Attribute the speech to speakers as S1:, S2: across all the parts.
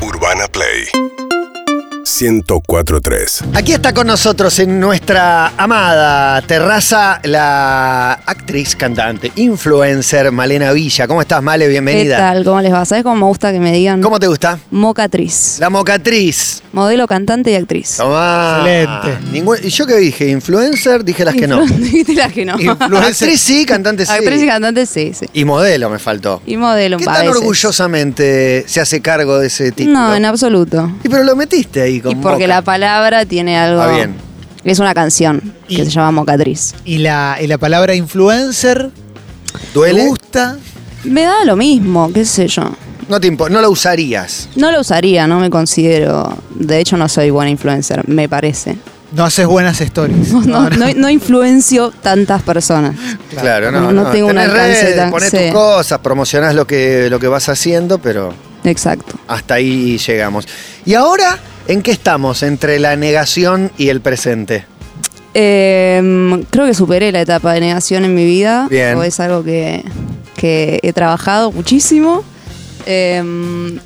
S1: Urbana Play 1043.
S2: Aquí está con nosotros en nuestra amada terraza la actriz, cantante, influencer Malena Villa. ¿Cómo estás, Male? Bienvenida.
S3: ¿Qué tal? ¿Cómo les va? ¿Sabes cómo me gusta que me digan?
S2: ¿Cómo te gusta?
S3: Mocatriz.
S2: La mocatriz.
S3: Modelo, cantante y actriz.
S2: Tomá.
S4: Excelente.
S2: Ningún- ¿Y yo qué dije? ¿Influencer? Dije las que no.
S3: Dijiste las que no.
S2: Actriz sí, cantante sí.
S3: Actriz y cantante, sí, sí.
S2: Y modelo me faltó.
S3: Y modelo,
S2: ¿Qué
S3: a
S2: tan
S3: veces.
S2: orgullosamente se hace cargo de ese título?
S3: No, en absoluto.
S2: Y pero lo metiste ahí con
S3: Y porque
S2: Moca.
S3: la palabra tiene algo.
S2: Ah, bien.
S3: Es una canción
S4: Y-
S3: que se llama Mocatriz.
S4: Y la, y la palabra influencer
S2: ¿Duele?
S4: me gusta.
S3: Me da lo mismo, qué sé yo.
S2: No, te impo- no la usarías.
S3: No lo usaría, no me considero. De hecho, no soy buena influencer, me parece.
S4: No haces buenas stories.
S3: No, no, no- no influencio tantas personas.
S2: Claro, no,
S3: No,
S2: no.
S3: no tengo un
S2: Tenés
S3: alcance
S2: redes,
S3: tan-
S2: ponés
S3: sí.
S2: tus cosas, promocionás lo que, lo que vas haciendo, pero
S3: Exacto.
S2: hasta ahí llegamos. ¿Y ahora en qué estamos entre la negación y el presente?
S3: Eh, creo que superé la etapa de negación en mi vida.
S2: Bien.
S3: O es algo que, que he trabajado muchísimo. Eh,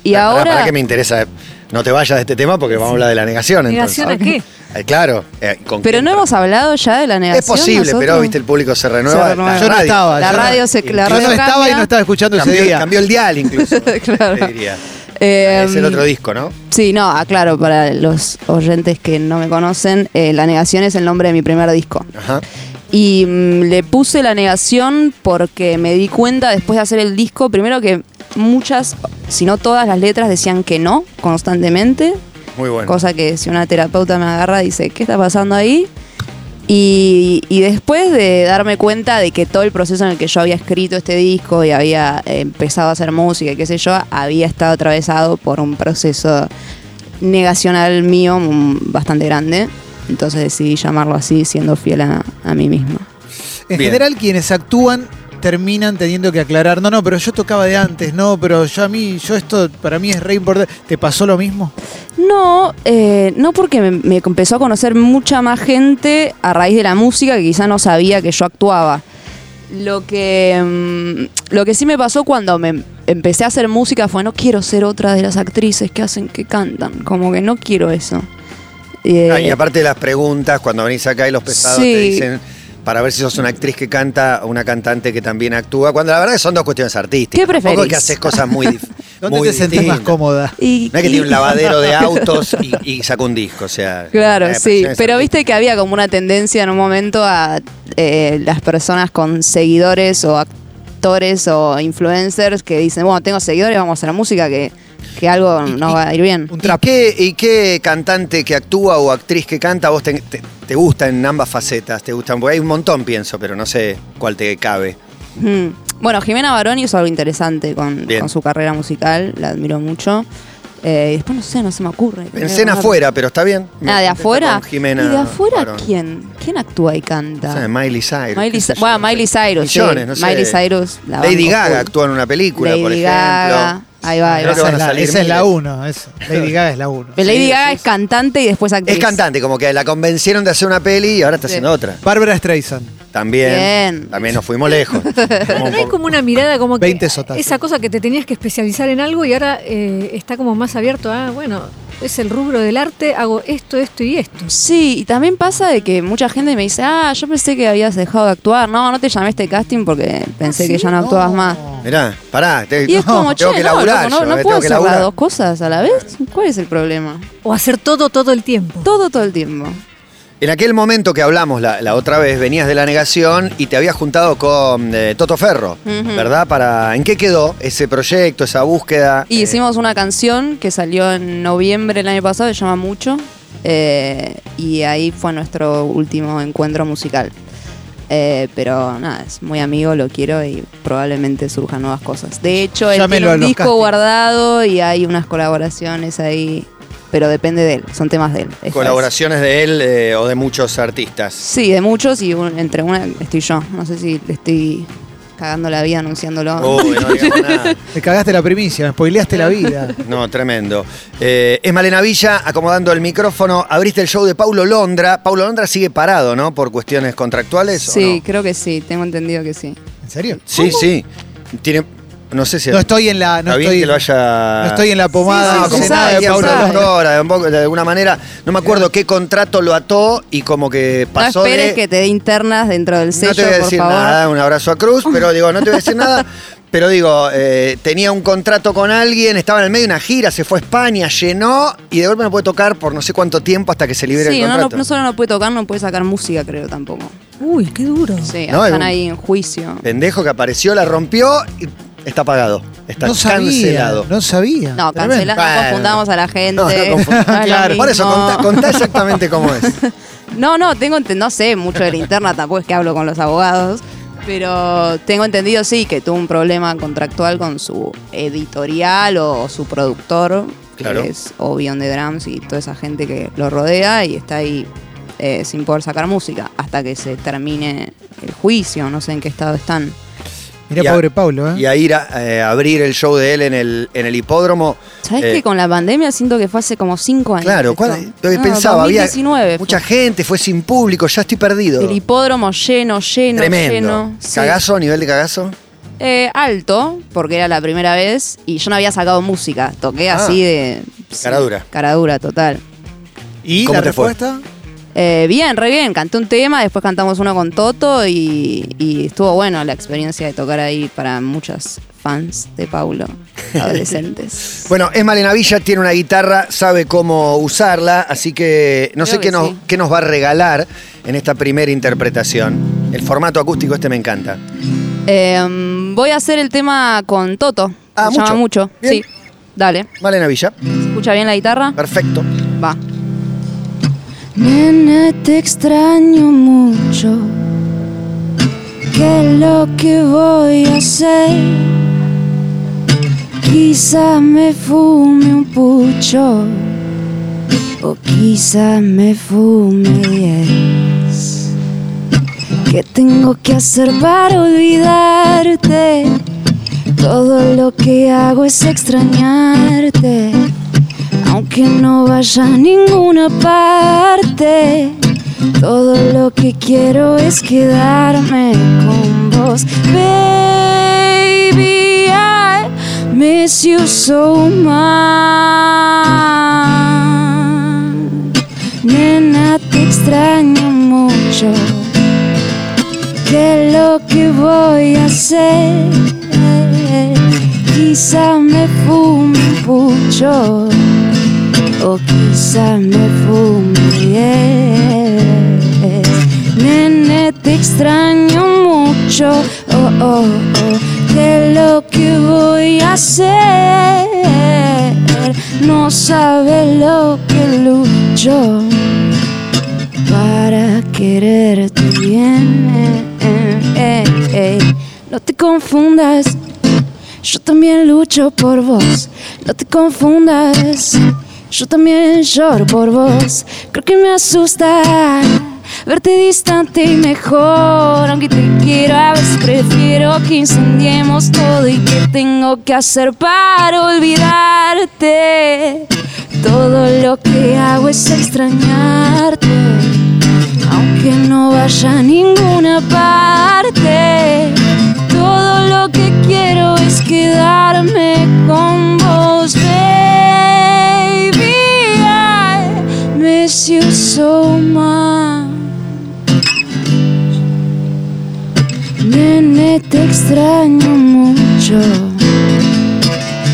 S3: y
S2: Pará,
S3: ahora.
S2: pará que me interesa. No te vayas de este tema porque vamos a hablar de la negación. entonces.
S5: ¿Negación a qué?
S2: Eh, claro. eh, ¿con
S3: pero
S2: quién?
S3: no hemos hablado ya de la negación.
S2: Es posible,
S3: nosotros?
S2: pero viste, el público se renueva.
S3: Se renueva.
S2: La
S4: Yo no
S2: radio.
S4: estaba.
S3: La
S4: yo
S3: radio
S4: no,
S3: se- la
S4: Yo
S3: radio
S4: no estaba y
S3: cambia.
S4: no estaba escuchando ese
S2: Cambió,
S4: día.
S2: cambió el dial incluso. te
S3: Claro.
S2: diría.
S3: Eh,
S2: es el otro disco, ¿no?
S3: Sí, no, aclaro para los oyentes que no me conocen, eh, La Negación es el nombre de mi primer disco.
S2: Ajá.
S3: Y mm, le puse la negación porque me di cuenta después de hacer el disco, primero que muchas, si no todas las letras decían que no constantemente,
S2: Muy bueno.
S3: cosa que si una terapeuta me agarra dice, ¿qué está pasando ahí? Y, y después de darme cuenta de que todo el proceso en el que yo había escrito este disco y había eh, empezado a hacer música y qué sé yo, había estado atravesado por un proceso negacional mío mm, bastante grande. Entonces decidí llamarlo así, siendo fiel a, a mí misma.
S4: En
S2: Bien.
S4: general, quienes actúan terminan teniendo que aclarar. No, no, pero yo tocaba de antes, no, pero yo a mí, yo esto para mí es re importante. ¿Te pasó lo mismo?
S3: No, eh, no porque me, me empezó a conocer mucha más gente a raíz de la música que quizá no sabía que yo actuaba. Lo que, mm, lo que sí me pasó cuando me empecé a hacer música fue no quiero ser otra de las actrices que hacen que cantan, como que no quiero eso. Eh,
S2: Ah, y aparte de las preguntas, cuando venís acá y los pesados te
S3: Sí.
S2: dicen para ver si sos una actriz que canta o una cantante que también actúa, cuando la verdad que son dos cuestiones artísticas.
S3: ¿Qué preferís?
S2: Tampoco es que haces cosas muy dif-
S4: ¿Dónde
S2: muy
S4: te sentís más
S2: distintas.
S4: cómoda?
S3: y-
S2: No es que tiene un
S3: y-
S2: lavadero de autos y, y saca un disco, o sea.
S3: Claro,
S2: eh,
S3: sí.
S2: presiones
S3: Pero
S2: artísticas.
S3: viste que había como una tendencia en un momento a eh, las personas con seguidores o actores o influencers que dicen, bueno, tengo seguidores, vamos a hacer música, que, que algo no va a ir bien.
S4: Un
S2: ¿Y
S4: trap.
S2: qué, y qué cantante que actúa o actriz que canta a vos te, te- te gusta en ambas facetas? ¿Te gustan? Porque hay un montón, pienso, pero no sé cuál te cabe.
S3: Mm. Bueno, Jimena Baroni hizo algo interesante con,
S2: Bien.
S3: con su carrera musical, la admiro mucho. Eh, y después no sé, no se me ocurre.
S2: Pensé en
S3: Alguna-
S2: afuera, pero está bien. Me
S3: Eh, Ah, de
S2: contenta
S3: afuera.
S2: con Jimena
S3: ¿Y de afuera
S2: Barón.
S3: quién? ¿Quién actúa y
S2: O sea,
S3: canta?
S2: Miley Cyrus.
S3: Miley
S2: qué sé
S3: Cy-
S2: yo, no
S3: bueno,
S2: sé.
S3: Miley Cyrus, sí.
S2: Millones, no sé.
S3: Banco Cyrus, la
S2: Lady
S3: banco
S2: Gaga
S3: full.
S2: actúa en una película, por
S3: Lady
S2: ejemplo.
S3: Gaga. Ahí va, ahí
S2: Creo
S3: va.
S2: que van a
S4: Esa
S2: salir
S4: es la
S2: miles.
S4: 1, eso. Lady Gaga es la 1.
S3: Lady Gaga es cantante y después actriz.
S2: Es cantante, como que la convencieron de hacer una peli y ahora está
S3: Sí.
S2: haciendo otra.
S4: Bárbara Streisand.
S2: También.
S3: Bien.
S2: También nos fuimos lejos. Como
S5: No hay como una mirada como que
S4: 20 sotazos.
S5: esa cosa que te tenías que especializar en algo y ahora eh, está como más abierto a, bueno, es el rubro del arte, hago esto, esto y esto.
S3: Sí, y también pasa de que mucha gente me dice, ah, yo pensé que habías dejado de actuar. No, no te llamé a este casting porque
S2: ¿Ah,
S3: pensé que ya no actuabas más.
S2: Mirá, pará. te-
S3: Y es como, che,
S2: tengo que
S3: no,
S2: laburar.
S3: como no,
S2: yo,
S3: no
S2: eh,
S3: puedo
S2: tengo que
S3: hacer las
S2: laburar.
S3: dos cosas a la vez. ¿Cuál es el problema?
S5: O hacer todo todo el tiempo.
S3: Todo, todo el tiempo.
S2: En aquel momento que hablamos la, la otra vez, venías de la negación y te habías juntado con eh, Toto Ferro,
S3: Ujú.
S2: ¿verdad? Para, ¿En qué quedó ese proyecto, esa búsqueda?
S3: Y
S2: Eh,
S3: hicimos una canción que salió en noviembre del año pasado, se llama Mucho. eh, y ahí fue nuestro último encuentro musical. Eh, pero nada, es muy amigo, lo quiero y probablemente surjan nuevas cosas. De hecho, él
S4: Llámelo
S3: tiene
S4: a
S3: un
S4: los
S3: disco
S4: castings.
S3: guardado y hay unas colaboraciones ahí, pero depende de él, son temas de él. esta vez.
S2: colaboraciones de él eh, o de muchos artistas.
S3: Sí, de muchos y un- entre una estoy yo. No sé si le estoy cagando la vida anunciándolo.
S4: Oh,
S2: Uy, no digamos nada.
S4: Me cagaste la primicia, me spoileaste la vida.
S2: No, tremendo. Eh, es Malena Villa acomodando el micrófono. Abriste el show de Paulo Londra. Paulo Londra sigue parado, ¿no? Por cuestiones contractuales. ¿o
S3: sí,
S2: no?
S3: creo que sí, tengo entendido que sí.
S4: ¿En serio?
S2: sí, sí. Tiene no sé si.
S4: No estoy en la. No
S2: está bien
S4: estoy,
S2: que lo haya.
S4: no estoy en la pomada.
S2: Ah,
S3: Sí, sí,
S4: no
S2: como
S4: sé
S3: se
S4: nada
S3: sabe,
S4: de
S2: nadie,
S3: se
S4: Paula
S2: una
S3: sabe.
S2: doctora, de un poco- de alguna manera. No me acuerdo qué contrato lo ató y como que pasó.
S3: no esperes
S2: de-
S3: que te dé internas dentro del sello,
S2: no te voy a
S3: por
S2: decir
S3: favor.
S2: nada, un abrazo a Cruz, pero digo, no te voy a decir nada. Pero digo, eh, tenía un contrato con alguien, estaba en el medio de una gira, se fue a España, llenó y de golpe no puede tocar por no sé cuánto tiempo hasta que se libere
S3: Sí,
S2: el
S3: no, no,
S2: contrato.
S3: no solo no puede tocar, no puede sacar música, creo tampoco.
S5: Uy, qué duro.
S3: Sí,
S2: No, es
S3: están
S2: un-
S3: ahí en juicio.
S2: Pendejo que apareció, la rompió y está pagado. Está
S4: No sabía.
S2: cancelado.
S4: No sabía.
S3: No,
S4: Tremendo.
S3: cancelás,
S2: Bueno.
S3: no confundamos a la gente.
S2: No, no confundamos.
S3: es lo
S4: Claro.
S2: Por eso,
S3: mismo.
S2: contá, contá exactamente cómo es.
S3: No, no, tengo enten- no sé mucho de la interna, tampoco es que hablo con los abogados, pero tengo entendido sí que tuvo un problema contractual con su editorial o su productor, que
S2: Claro.
S3: es Obion de Drums y toda esa gente que lo rodea y está ahí eh, sin poder sacar música hasta que se termine el juicio, no sé en qué estado están.
S4: Mirá,
S2: Y a-
S4: pobre Pablo, ¿eh?
S2: Y a ir a eh, abrir el show de él en el, en el hipódromo.
S3: ¿Sabes
S2: eh,
S3: que con la pandemia siento que fue hace como cinco años?
S2: Claro,
S3: esto?
S2: ¿cuál- lo que
S3: No,
S2: pensaba, había
S3: 2019 fue.
S2: mucha gente, fue sin público, ya estoy perdido.
S3: El hipódromo lleno, lleno,
S2: Tremendo.
S3: lleno. sí.
S2: ¿Cagazo? ¿Nivel de cagazo?
S3: Eh, alto, porque era la primera vez y yo no había sacado música. Toqué
S2: Ah.
S3: así de. sí,
S2: Caradura.
S3: Caradura, total.
S4: ¿Y
S2: ¿Cómo
S4: la
S2: te fue?
S4: respuesta?
S3: Eh, bien, re bien. Canté un tema, después cantamos uno con Toto y, y estuvo bueno la experiencia de tocar ahí para muchas fans de Paulo, adolescentes.
S2: Bueno, es Malena Villa, tiene una guitarra, sabe cómo usarla, así que no
S3: Creo
S2: sé qué
S3: que
S2: nos,
S3: sí.
S2: qué nos va a regalar en esta primera interpretación. El formato acústico este me encanta.
S3: Eh, voy a hacer el tema con Toto.
S2: Ah,
S3: Se llama
S2: mucho.
S3: mucho.
S2: Bien.
S3: Sí. Dale.
S2: Malena Villa,
S3: ¿Se escucha bien la guitarra?
S2: perfecto.
S3: Va. Nena, te extraño mucho. ¿Qué es lo que voy a hacer? Quizás me fume un pucho. O quizás me fume diez. ¿Qué tengo que hacer para olvidarte? Todo lo que hago es extrañarte aunque no vaya a ninguna parte. Todo lo que quiero es quedarme con vos, baby. I miss you so much. Nena, te extraño mucho. ¿Qué es lo que voy a hacer? Quizá me fume un pucho. O quizá me fumes. Nene, te extraño mucho. Oh, oh, oh. ¿Qué es lo que voy a hacer? No sabes lo que lucho para quererte bien. Eh, No te confundas. Yo también lucho por vos, no te confundas. Yo también lloro por vos, creo que me asusta verte distante y mejor. Aunque te quiero, a veces prefiero que incendiemos todo y que tengo que hacer para olvidarte. Todo lo que hago es extrañarte aunque no vaya a ninguna parte. Todo lo que quiero es quedarme con vos, baby. I miss you so much. Nene, te extraño mucho.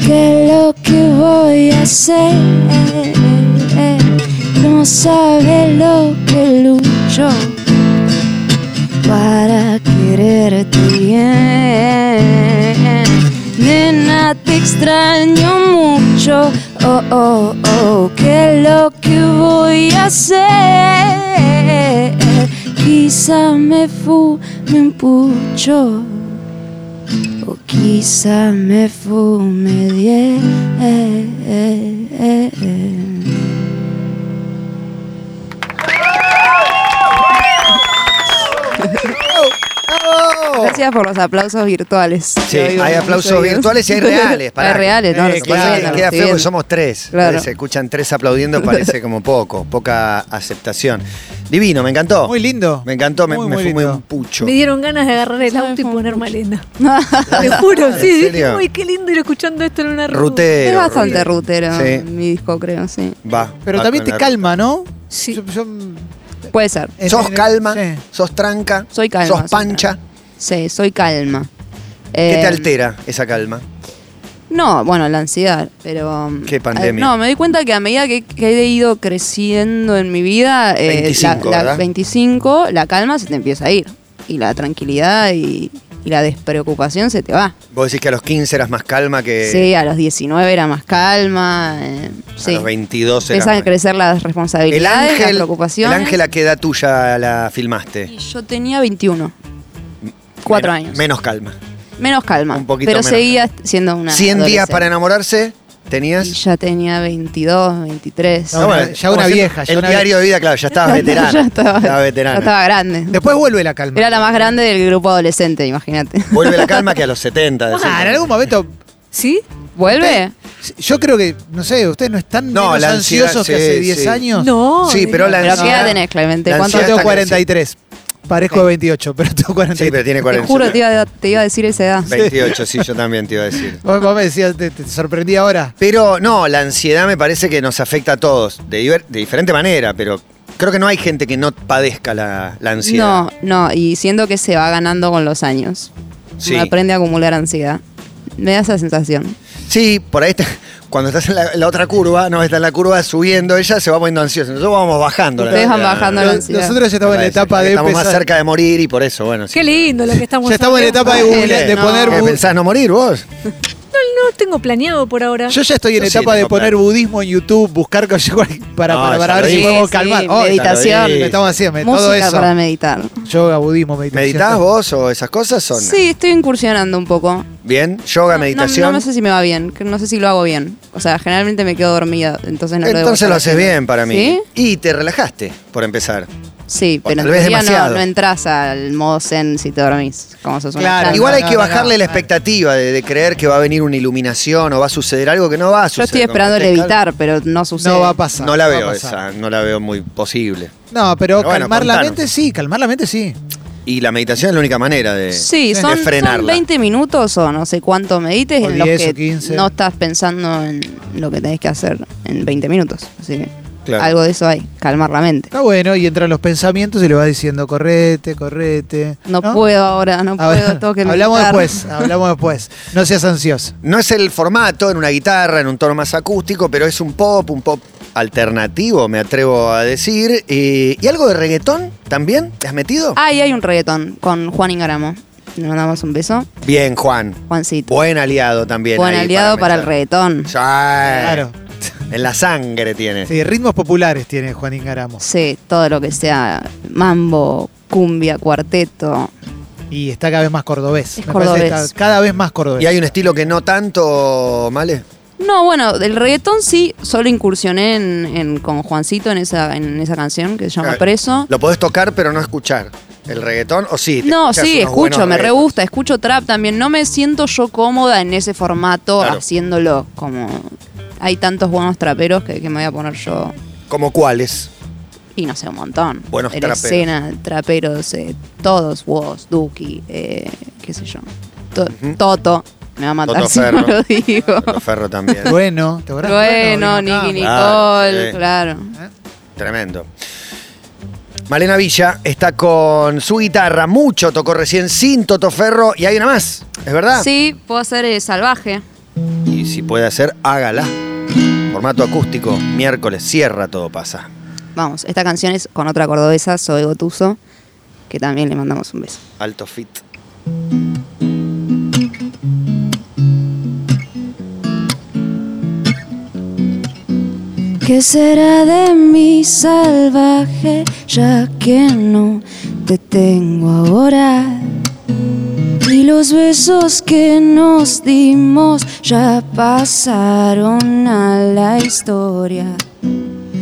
S3: ¿Qué es lo que voy a hacer? No sabe lo que lucho para quererte bien. Nena, te extraño mucho. Oh, oh, oh, ¿qué es lo que voy a hacer? Quizá me fume un pucho. O quizá me fume diez. Gracias por los aplausos virtuales.
S2: Sí,
S3: Lo digo
S2: hay
S3: con
S2: aplausos
S3: mucho oído.
S2: virtuales y hay reales. pará.
S3: hay reales, no,
S4: Eh,
S3: los
S4: que
S3: aplausos
S2: Queda,
S3: no
S4: pasa que
S3: los
S2: queda
S3: estoy
S2: feo que
S3: viendo.
S2: somos tres.
S3: Claro.
S2: Se escuchan tres aplaudiendo, parece como poco, poca aceptación. Divino, me encantó.
S4: Muy lindo.
S2: Me encantó, me,
S4: Muy,
S2: me
S4: muy
S2: fumé
S4: lindo.
S2: un pucho.
S5: Me dieron ganas de agarrar el
S3: Sabe,
S5: auto y
S3: fue
S5: poner
S3: mucho.
S5: malena.
S3: es
S5: Te juro,
S2: ¿En
S5: sí. dije,
S2: serio?
S5: Uy, qué lindo ir escuchando esto en una reunión.
S2: Rutero.
S3: bastante rutero
S2: Sí.
S3: mi disco, creo, sí.
S2: Va.
S4: Pero
S2: va
S4: también
S2: con
S4: te
S2: la-
S4: calma, ¿no?
S5: Sí.
S4: Yo- yo-
S3: Puede ser.
S4: en-
S2: Sos
S4: en-
S2: calma,
S4: sí.
S2: sos tranca,
S3: Soy calma,
S2: sos
S3: soy
S2: pancha.
S3: Sí, soy calma.
S2: ¿Qué te
S3: Eh,
S2: altera esa calma?
S3: No, bueno, la ansiedad, pero... um,
S2: Qué pandemia.
S3: eh, no, me doy cuenta que a medida que, que he ido creciendo en mi vida, eh,
S2: 25,
S3: la, la
S2: ¿verdad?
S3: 25, la calma se te empieza a ir. Y la tranquilidad y, y la despreocupación se te va.
S2: Vos decís que a los 15 eras más calma que
S3: sí, a los 19 era más calma. eh, sí.
S2: Eh. a los 22 eras
S3: Empiezan a
S2: más-
S3: crecer las
S2: El
S3: responsabilidades, las
S2: ángel, el
S3: preocupaciones.
S2: ángel a qué edad tuya la filmaste.
S3: Y yo tenía 21. Cuatro
S2: Menos-
S3: años.
S2: Menos calma.
S3: menos calma.
S2: un poquito
S3: pero
S2: menos
S3: seguía siendo una
S2: 100 días
S3: adolescente.
S2: para enamorarse, tenías.
S3: Y ya tenía 22, 23.
S4: No, bueno, ya
S2: estamos
S4: una
S2: haciendo
S4: vieja, ya
S2: El
S4: una
S2: diario de vida, claro, ya estabas veterana.
S3: ya estaba,
S2: veterana.
S3: ya estaba grande.
S4: Después vuelve la calma.
S3: Era la más grande del grupo adolescente, imagínate.
S2: Vuelve la calma que a los 70. decís.
S4: Ah, en algún momento.
S5: ¿Sí?
S3: ¿Vuelve?
S4: Yo creo que, no sé, ustedes no están
S2: No,
S4: menos
S2: la ansiedad,
S4: ansiosos que
S2: sí,
S4: hace 10
S2: sí.
S4: años.
S5: No.
S2: Sí, pero la
S3: Pero ¿qué
S2: ansiedad-
S3: edad tenés, Clemente?
S2: la
S3: ¿Cuánto
S4: Yo
S2: ansiedad
S4: tengo
S2: está
S4: 43. Parezco de 28, pero tengo
S2: Sí,
S4: 43.
S2: pero tiene
S3: Te
S2: 40.
S3: juro, te iba, te iba a decir esa edad.
S2: 28, sí, yo también te iba a decir.
S4: Vos, vos me decías, te, te sorprendí ahora.
S2: Pero no, la ansiedad me parece que nos afecta a todos, de, diver- de diferente manera, pero creo que no hay gente que no padezca la, la ansiedad.
S3: No, no, y siento que se va ganando con los años.
S2: Sí.
S3: Uno aprende a acumular ansiedad. Me da esa sensación.
S2: Sí, por ahí está- cuando estás en la, en la otra curva, no, está en la curva subiendo, ella se va poniendo ansiosa. Nosotros vamos bajando. la
S3: Ustedes van
S2: ansiedad.
S3: bajando la
S4: Nos-
S3: ansiedad.
S4: Nosotros ya estamos en la etapa de
S2: Estamos más
S4: empezar-
S2: cerca de morir y por eso, bueno. sí.
S5: Qué lindo lo que estamos
S4: Ya estamos en la
S5: hablando.
S4: etapa de,
S3: Bueno,
S4: googlear- de
S3: no.
S4: poner.
S2: ¿Qué,
S4: bu-
S2: ¿Pensás no morir vos?
S5: No tengo planeado por ahora.
S4: Yo ya estoy en
S2: Yo sí
S4: etapa de
S2: tengo
S4: poner
S2: plan.
S4: budismo en YouTube, buscar con- para,
S2: No,
S4: para,
S2: ya
S4: para
S2: lo
S4: ver si
S2: hice.
S4: podemos
S3: Sí,
S4: calmar.
S3: sí,
S4: Oh,
S3: meditación.
S4: me estamos haciendo todo
S3: Música
S4: eso.
S3: para meditar.
S4: Yoga, budismo, meditación.
S2: ¿Meditás vos o esas cosas son?
S3: Sí, estoy incursionando un poco.
S2: Bien, yoga,
S3: No,
S2: meditación.
S3: No, no sé si me va bien, que no sé si lo hago bien. O sea, generalmente me quedo dormida, entonces no lo debo
S2: Entonces
S3: estar
S2: lo haces
S3: haciendo.
S2: bien para mí.
S3: ¿Sí?
S2: Y te relajaste, por empezar.
S3: Sí,
S2: O
S3: pero
S2: tal
S3: en
S2: vez
S3: teoría no,
S2: demasiado.
S3: no entras al modo zen si te dormís. Como sos una
S4: Claro,
S3: planta.
S2: Igual hay
S4: no,
S2: que
S4: no,
S2: bajarle
S4: no,
S2: la
S4: no.
S2: expectativa de, de creer que va a venir una iluminación o va a suceder algo que no va a
S3: Yo
S2: suceder.
S3: estoy esperando
S2: Cuando estés
S3: levitar, pero no sucede.
S4: No va a pasar.
S2: calmo. No la
S4: no va a
S2: veo
S4: pasar.
S2: esa, no la veo muy posible.
S4: No, pero,
S2: Pero bueno,
S4: calmar la
S2: contanos.
S4: mente sí, calmar la mente sí.
S2: Y la meditación es la única manera de,
S3: Sí,
S2: de
S3: son,
S2: frenarla.
S3: son 20 minutos o no sé cuánto medites
S4: O
S3: en los
S4: 10 o
S3: que
S4: 15.
S3: no estás pensando en lo que tenés que hacer en 20 minutos. Así que
S2: Claro.
S3: algo de eso hay, calmar la mente.
S4: Está bueno, y entran los pensamientos y le vas diciendo, correte, correte.
S3: No, puedo ahora, no
S4: A ver,
S3: puedo, tengo que
S4: Hablamos
S3: meditar.
S4: después, hablamos después. No seas ansioso.
S2: No es el formato, en una guitarra, en un tono más acústico, pero es un pop, un pop alternativo, me atrevo a decir. Eh, ¿Y algo de reggaetón también? ¿Te has metido?
S3: Ah, y hay un reggaetón con Juan Ingaramo. Le mandamos un beso.
S2: Bien, Juan.
S3: Juancito.
S2: Buen aliado también.
S3: Buen
S2: ahí
S3: aliado para, el
S2: meter.
S3: reggaetón.
S2: Sí. Eh,
S4: Claro.
S2: En la sangre tiene.
S4: Sí, ritmos populares tiene Juan Ingaramo.
S3: Sí, todo lo que sea mambo, cumbia, cuarteto.
S4: Y está cada vez más cordobés.
S3: Es
S4: Me parece que
S3: cordobés.
S4: está cada vez más cordobés.
S2: ¿Y hay un estilo que no tanto, Male?
S3: No, bueno, del reggaetón sí, solo incursioné en, en- con Juancito en esa, en esa canción que se llama
S2: Claro.
S3: Preso.
S2: Lo podés tocar, pero no escuchar. ¿El reggaetón o sí? te
S3: No,
S2: escuchás
S3: sí,
S2: unos
S3: escucho,
S2: buenos
S3: me re
S2: reggaetons?
S3: gusta, escucho trap también. No me siento yo cómoda en ese formato
S2: Claro.
S3: haciéndolo. Como hay tantos buenos traperos que, que me voy a poner yo.
S2: ¿Como cuáles?
S3: Y no sé, un montón.
S2: Buenos
S3: de la
S2: traperos.
S3: escena, traperos, eh, todos, vos, Duki, eh, qué sé yo. To- Toto, me va a matar
S2: Toto
S3: si
S2: Ferro.
S3: no lo digo.
S2: Los Ferro también.
S4: Bueno, ¿te acordás?
S3: Bueno,
S4: vino acá.
S3: Nicky
S2: Claro,
S3: Nicole,
S2: Ah, sí.
S3: claro.
S2: Tremendo. Malena Villa está con su guitarra, mucho tocó recién sin Toto Ferro y hay una más, ¿es verdad?
S3: Sí, puedo hacer eh, salvaje.
S2: Y si puede hacer, hágala. Formato acústico, miércoles, cierra, todo pasa.
S3: Vamos, esta canción es con otra cordobesa, Zoe Gotuso, que también le mandamos un beso.
S2: Alto fit.
S3: ¿Qué será de mi salvaje ya que no te tengo ahora? Y los besos que nos dimos ya pasaron a la historia.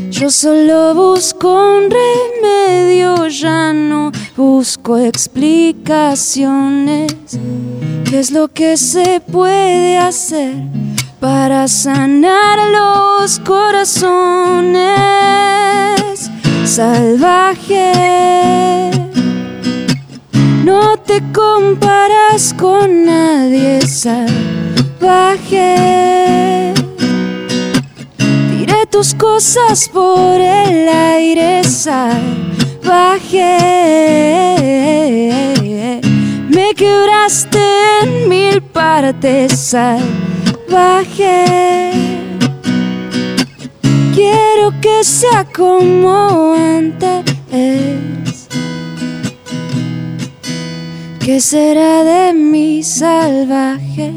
S3: Yo solo busco un remedio, ya no busco explicaciones. ¿Qué es lo que se puede hacer para sanar los corazones? salvaje. No te comparas con nadie salvaje. Tiré tus cosas por el aire salvaje. Me quebraste en mil partes salvaje. Quiero que sea como antes. ¿Qué será de mi salvaje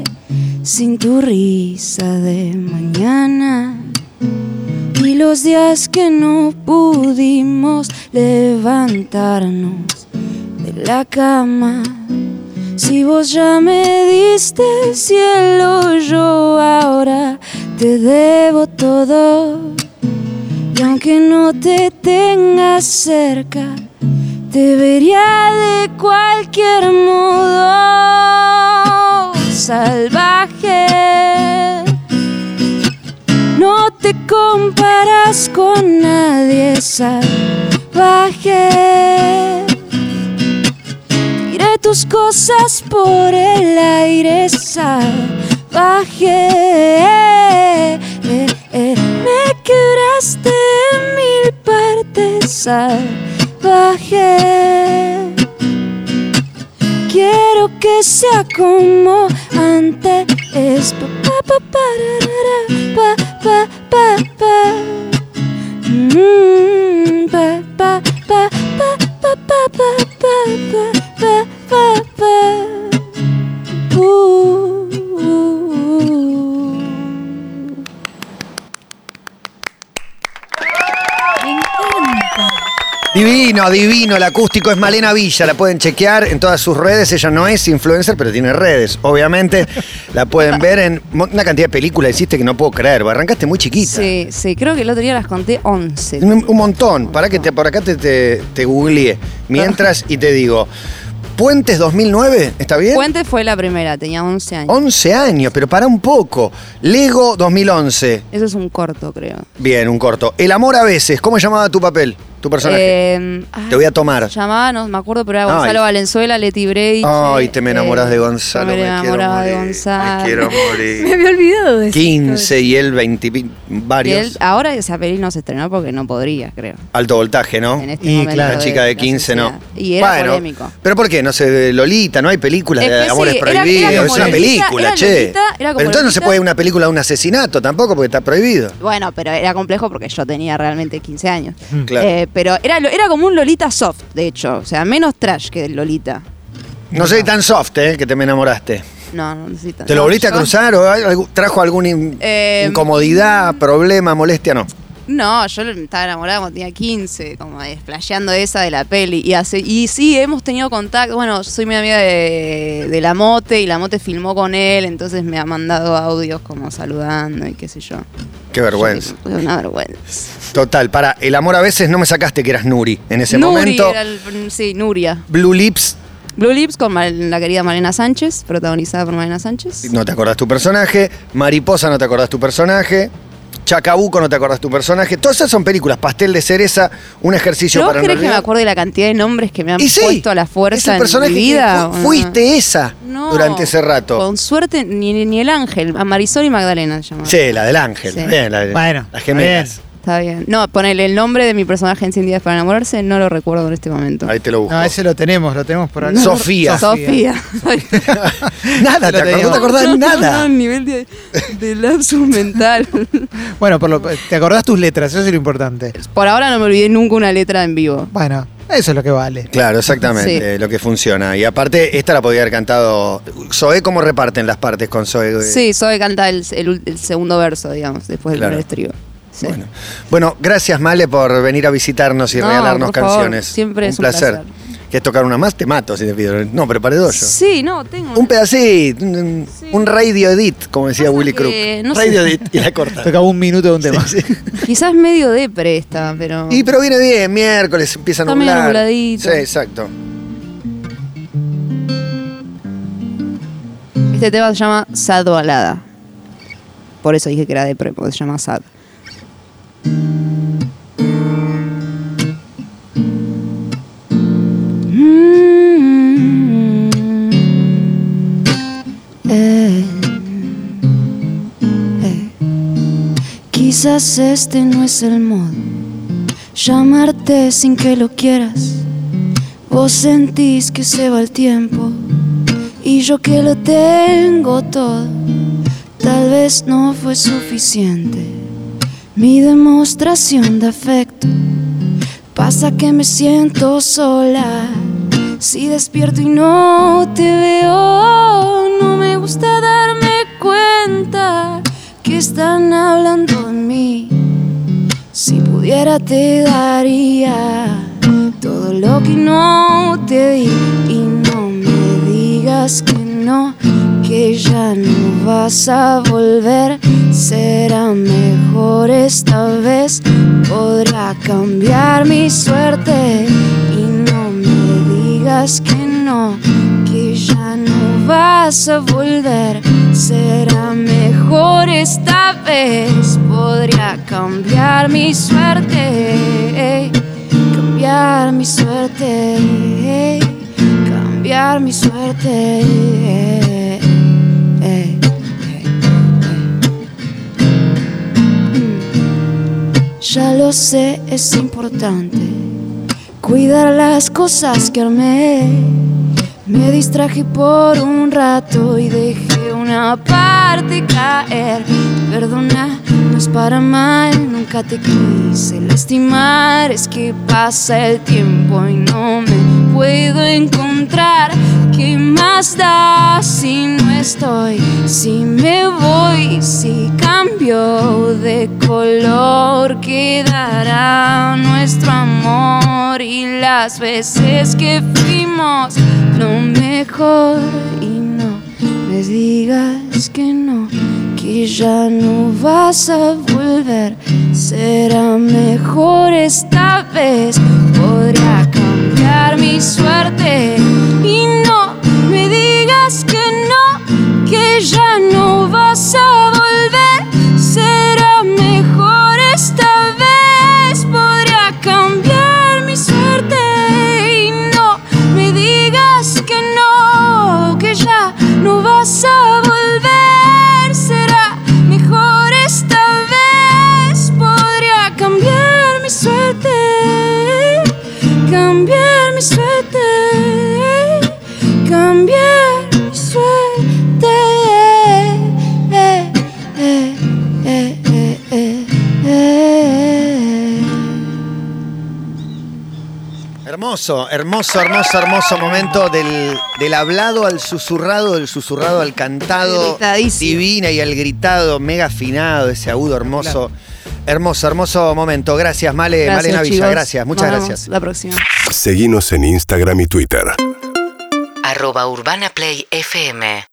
S3: sin tu risa de mañana? Y los días que no pudimos levantarnos de la cama. Si vos ya me diste el cielo, yo ahora te debo todo. Y aunque no te tengas cerca, te vería de cualquier modo salvaje. No te comparas con nadie salvaje. Tiré tus cosas por el aire salvaje. Eh, eh, Me quebraste en mil partes salvaje. Quiero que sea como antes. Pa, pa, pa, pararara, pa, pa, pa, pa. Mm, pa, pa, pa, pa, pa, pa, pa, pa, pa, pa, pa, pa. Uh, uh, uh.
S5: Me encanta.
S2: Divino, divino, el acústico es Malena Villa, la pueden chequear en todas sus redes, ella no es influencer, pero tiene redes, obviamente, la pueden ver en mo- una cantidad de películas, hiciste que no puedo creer, vos arrancaste muy chiquita.
S3: Sí, sí, creo que el otro día las conté 11.
S2: Un, un montón, para que te, por acá te, te, te googleé, mientras y te digo, Puentes 2009, ¿está bien?
S3: Puente fue la primera, tenía 11 años.
S2: 11 años, pero para un poco, Lego 2011,
S3: Eso es un corto, creo.
S2: bien, un corto, El amor a veces, ¿cómo llamaba tu papel, tu personaje?
S3: Eh, ay,
S2: te voy a tomar.
S3: Llamaba, no me acuerdo, pero era
S2: Ay.
S3: Gonzalo Valenzuela, Leti Brady.
S2: Ay, te me enamorás de Gonzalo, me,
S3: Me
S2: quiero
S3: enamoraba
S2: morir,
S3: de Gonzalo.
S2: me quiero morir.
S5: Me había olvidado de eso.
S2: 15 y el 20 y
S3: Y
S2: varios.
S3: él- ah. ahora esa peli no se estrenó porque no podría, creo.
S2: Alto voltaje, ¿no?
S3: En este
S4: Y
S3: momento
S4: claro,
S2: Una chica de
S3: la
S2: 15, ¿no.
S3: sociedad. Y era polémico.
S2: Pero ¿por qué? No sé, Lolita, no hay películas
S3: Es
S2: de
S3: que
S2: amores
S3: sí, era- era
S2: prohibidos.
S3: como
S2: es una
S3: Lolita,
S2: película,
S3: era
S2: che.
S3: Lolita, era como
S2: Pero entonces no se
S3: Lolita.
S2: puede ver una película de un asesinato tampoco porque está prohibido.
S3: Bueno, pero era complejo porque yo tenía realmente 15 años.
S2: Claro.
S3: Eh, pero era, lo- era como un Lolita soft, de hecho. O sea, menos trash que el Lolita.
S2: No soy tan soft, ¿eh? Que te me enamoraste.
S3: No, no necesito.
S2: ¿Te lo
S3: no,
S2: volviste a
S3: yo-
S2: cruzar o algo- trajo alguna in-
S3: Eh,
S2: incomodidad, problema, molestia? No.
S3: No, yo estaba enamorada cuando tenía 15, como desplayando esa de la peli. Y, hace, y sí, hemos tenido contacto. Bueno, yo soy muy amiga de, de la mote y la mote filmó con él, entonces me ha mandado audios como saludando y qué sé yo.
S2: Qué vergüenza.
S3: Yo digo, Una vergüenza.
S2: Total, para el amor a veces no me sacaste que eras Nuri en ese
S3: Nuri
S2: momento.
S3: era el- sí, Nuria.
S2: Blue Lips
S3: Blue Lips con Mal- la querida Malena Sánchez, protagonizada por Malena Sánchez.
S2: no te acordás tu personaje, Mariposa no te acordás tu personaje, Chacabuco no te acordás tu personaje. Todas esas son películas, Pastel de cereza, un ejercicio
S3: ¿Yo
S2: para no
S3: crees que me
S2: olvidar.
S3: acuerdo de la cantidad de nombres que me han
S2: Y sí,
S3: puesto a la
S2: es el
S3: fuerza en
S2: personaje
S3: mi
S2: que fu-
S3: vida? ¿o no?
S2: fuiste esa
S3: No,
S2: durante ese rato.
S3: Con suerte, ni, ni- ni el ángel, a Marisol y Magdalena se llamaba.
S2: Sí, la del ángel.
S3: Sí.
S2: bien, la de-
S4: Bueno,
S2: las gemelas.
S3: Está bien. No, ponele el nombre de mi personaje en 100 días para enamorarse, no lo recuerdo en este momento.
S2: Ahí te lo busco.
S4: No, ese lo tenemos, lo tenemos por acá.
S2: No. Sofía.
S3: Sofía.
S2: nada,
S4: Lo
S2: te acordás, no
S4: teníamos.
S2: te acordás de
S3: No,
S2: nada.
S3: No, no, nivel de, de lapsus mental.
S4: Bueno, por lo, te acordás tus letras, eso es lo importante.
S3: Por ahora no me olvidé nunca una letra en vivo.
S4: Bueno, eso es lo que vale.
S2: Claro, exactamente,
S3: Sí.
S2: eh, lo que funciona. Y aparte, esta la podía haber cantado. Zoé, ¿cómo reparten las partes con Zoé?
S3: Sí, Zoe canta el, el ul- el segundo verso, digamos, después del
S2: Claro.
S3: primer estribo. Sí.
S2: Bueno. Bueno, gracias Male por venir a visitarnos y
S3: No,
S2: regalarnos
S3: por favor,
S2: canciones.
S3: siempre es un placer.
S2: ¿Quieres tocar una más? Te mato si te pido. No, preparé dos yo.
S3: Sí, no, tengo.
S2: Un pedacito, un- un,
S3: Sí.
S2: un radio edit, como decía
S3: Pasa
S2: Willy
S3: que,
S2: Crook.
S3: no sé.
S2: radio edit y la corta.
S4: Toca un minuto de un tema.
S3: Quizás medio depre esta, pero.
S2: Y pero viene bien, miércoles empieza a
S3: Está medio
S2: nublar.
S3: nubladito.
S2: Sí, exacto.
S3: Este tema se llama Sad Balada. Por eso Mm. dije que era depre, porque se llama Sad. Eh, Quizás este no es el modo. Llamarte sin que lo quieras. Vos sentís que se va el tiempo. Y yo que lo tengo todo. Tal vez no fue suficiente. Mi demostración de afecto. Pasa que me siento sola. Si despierto y no te veo, no me gusta darme cuenta que están hablando de mí. Si pudiera te daría todo lo que no te di y no me digas que no, que ya no vas a volver. Será mejor esta vez, podrá cambiar mi suerte y no me digas que no, que ya no vas a volver. Será mejor esta vez, podría cambiar mi suerte, cambiar mi suerte, cambiar mi suerte. Mm. Ya lo sé, es importante cuidar las cosas que armé. Me distraje por un rato y dejé una parte caer. Perdona, no es para mal, nunca te quise lastimar. Es que pasa el tiempo y no me puedo encontrar. ¿Qué más da si no estoy? Si me voy, si cambio de color, quedará nuestro amor y las veces que fuimos lo mejor y no me digas que no, que ya no vas a volver. Será mejor esta vez, podrá cambiar mi suerte y no me digas que no, que ya no vas a volver. Será mejor esta vez, podrá cambiar mi suerte y no me digas que no, que ya no vas a volver. Será mejor esta vez, podría cambiar mi suerte, cambiar mi suerte, cambiar mi suerte.
S2: Hermoso, hermoso, hermoso, hermoso momento del, del hablado al susurrado, del susurrado al cantado.
S6: Gritadísimo.
S2: Divina y al gritado, mega afinado, ese agudo hermoso. Hermoso, hermoso momento. Gracias, Male,
S6: Gracias,
S2: Malena Villa.
S6: chicos.
S2: Gracias, muchas
S6: Nos vemos
S2: gracias.
S6: La próxima.
S1: Seguinos en Instagram y Twitter.
S7: arroba urbanaplayfm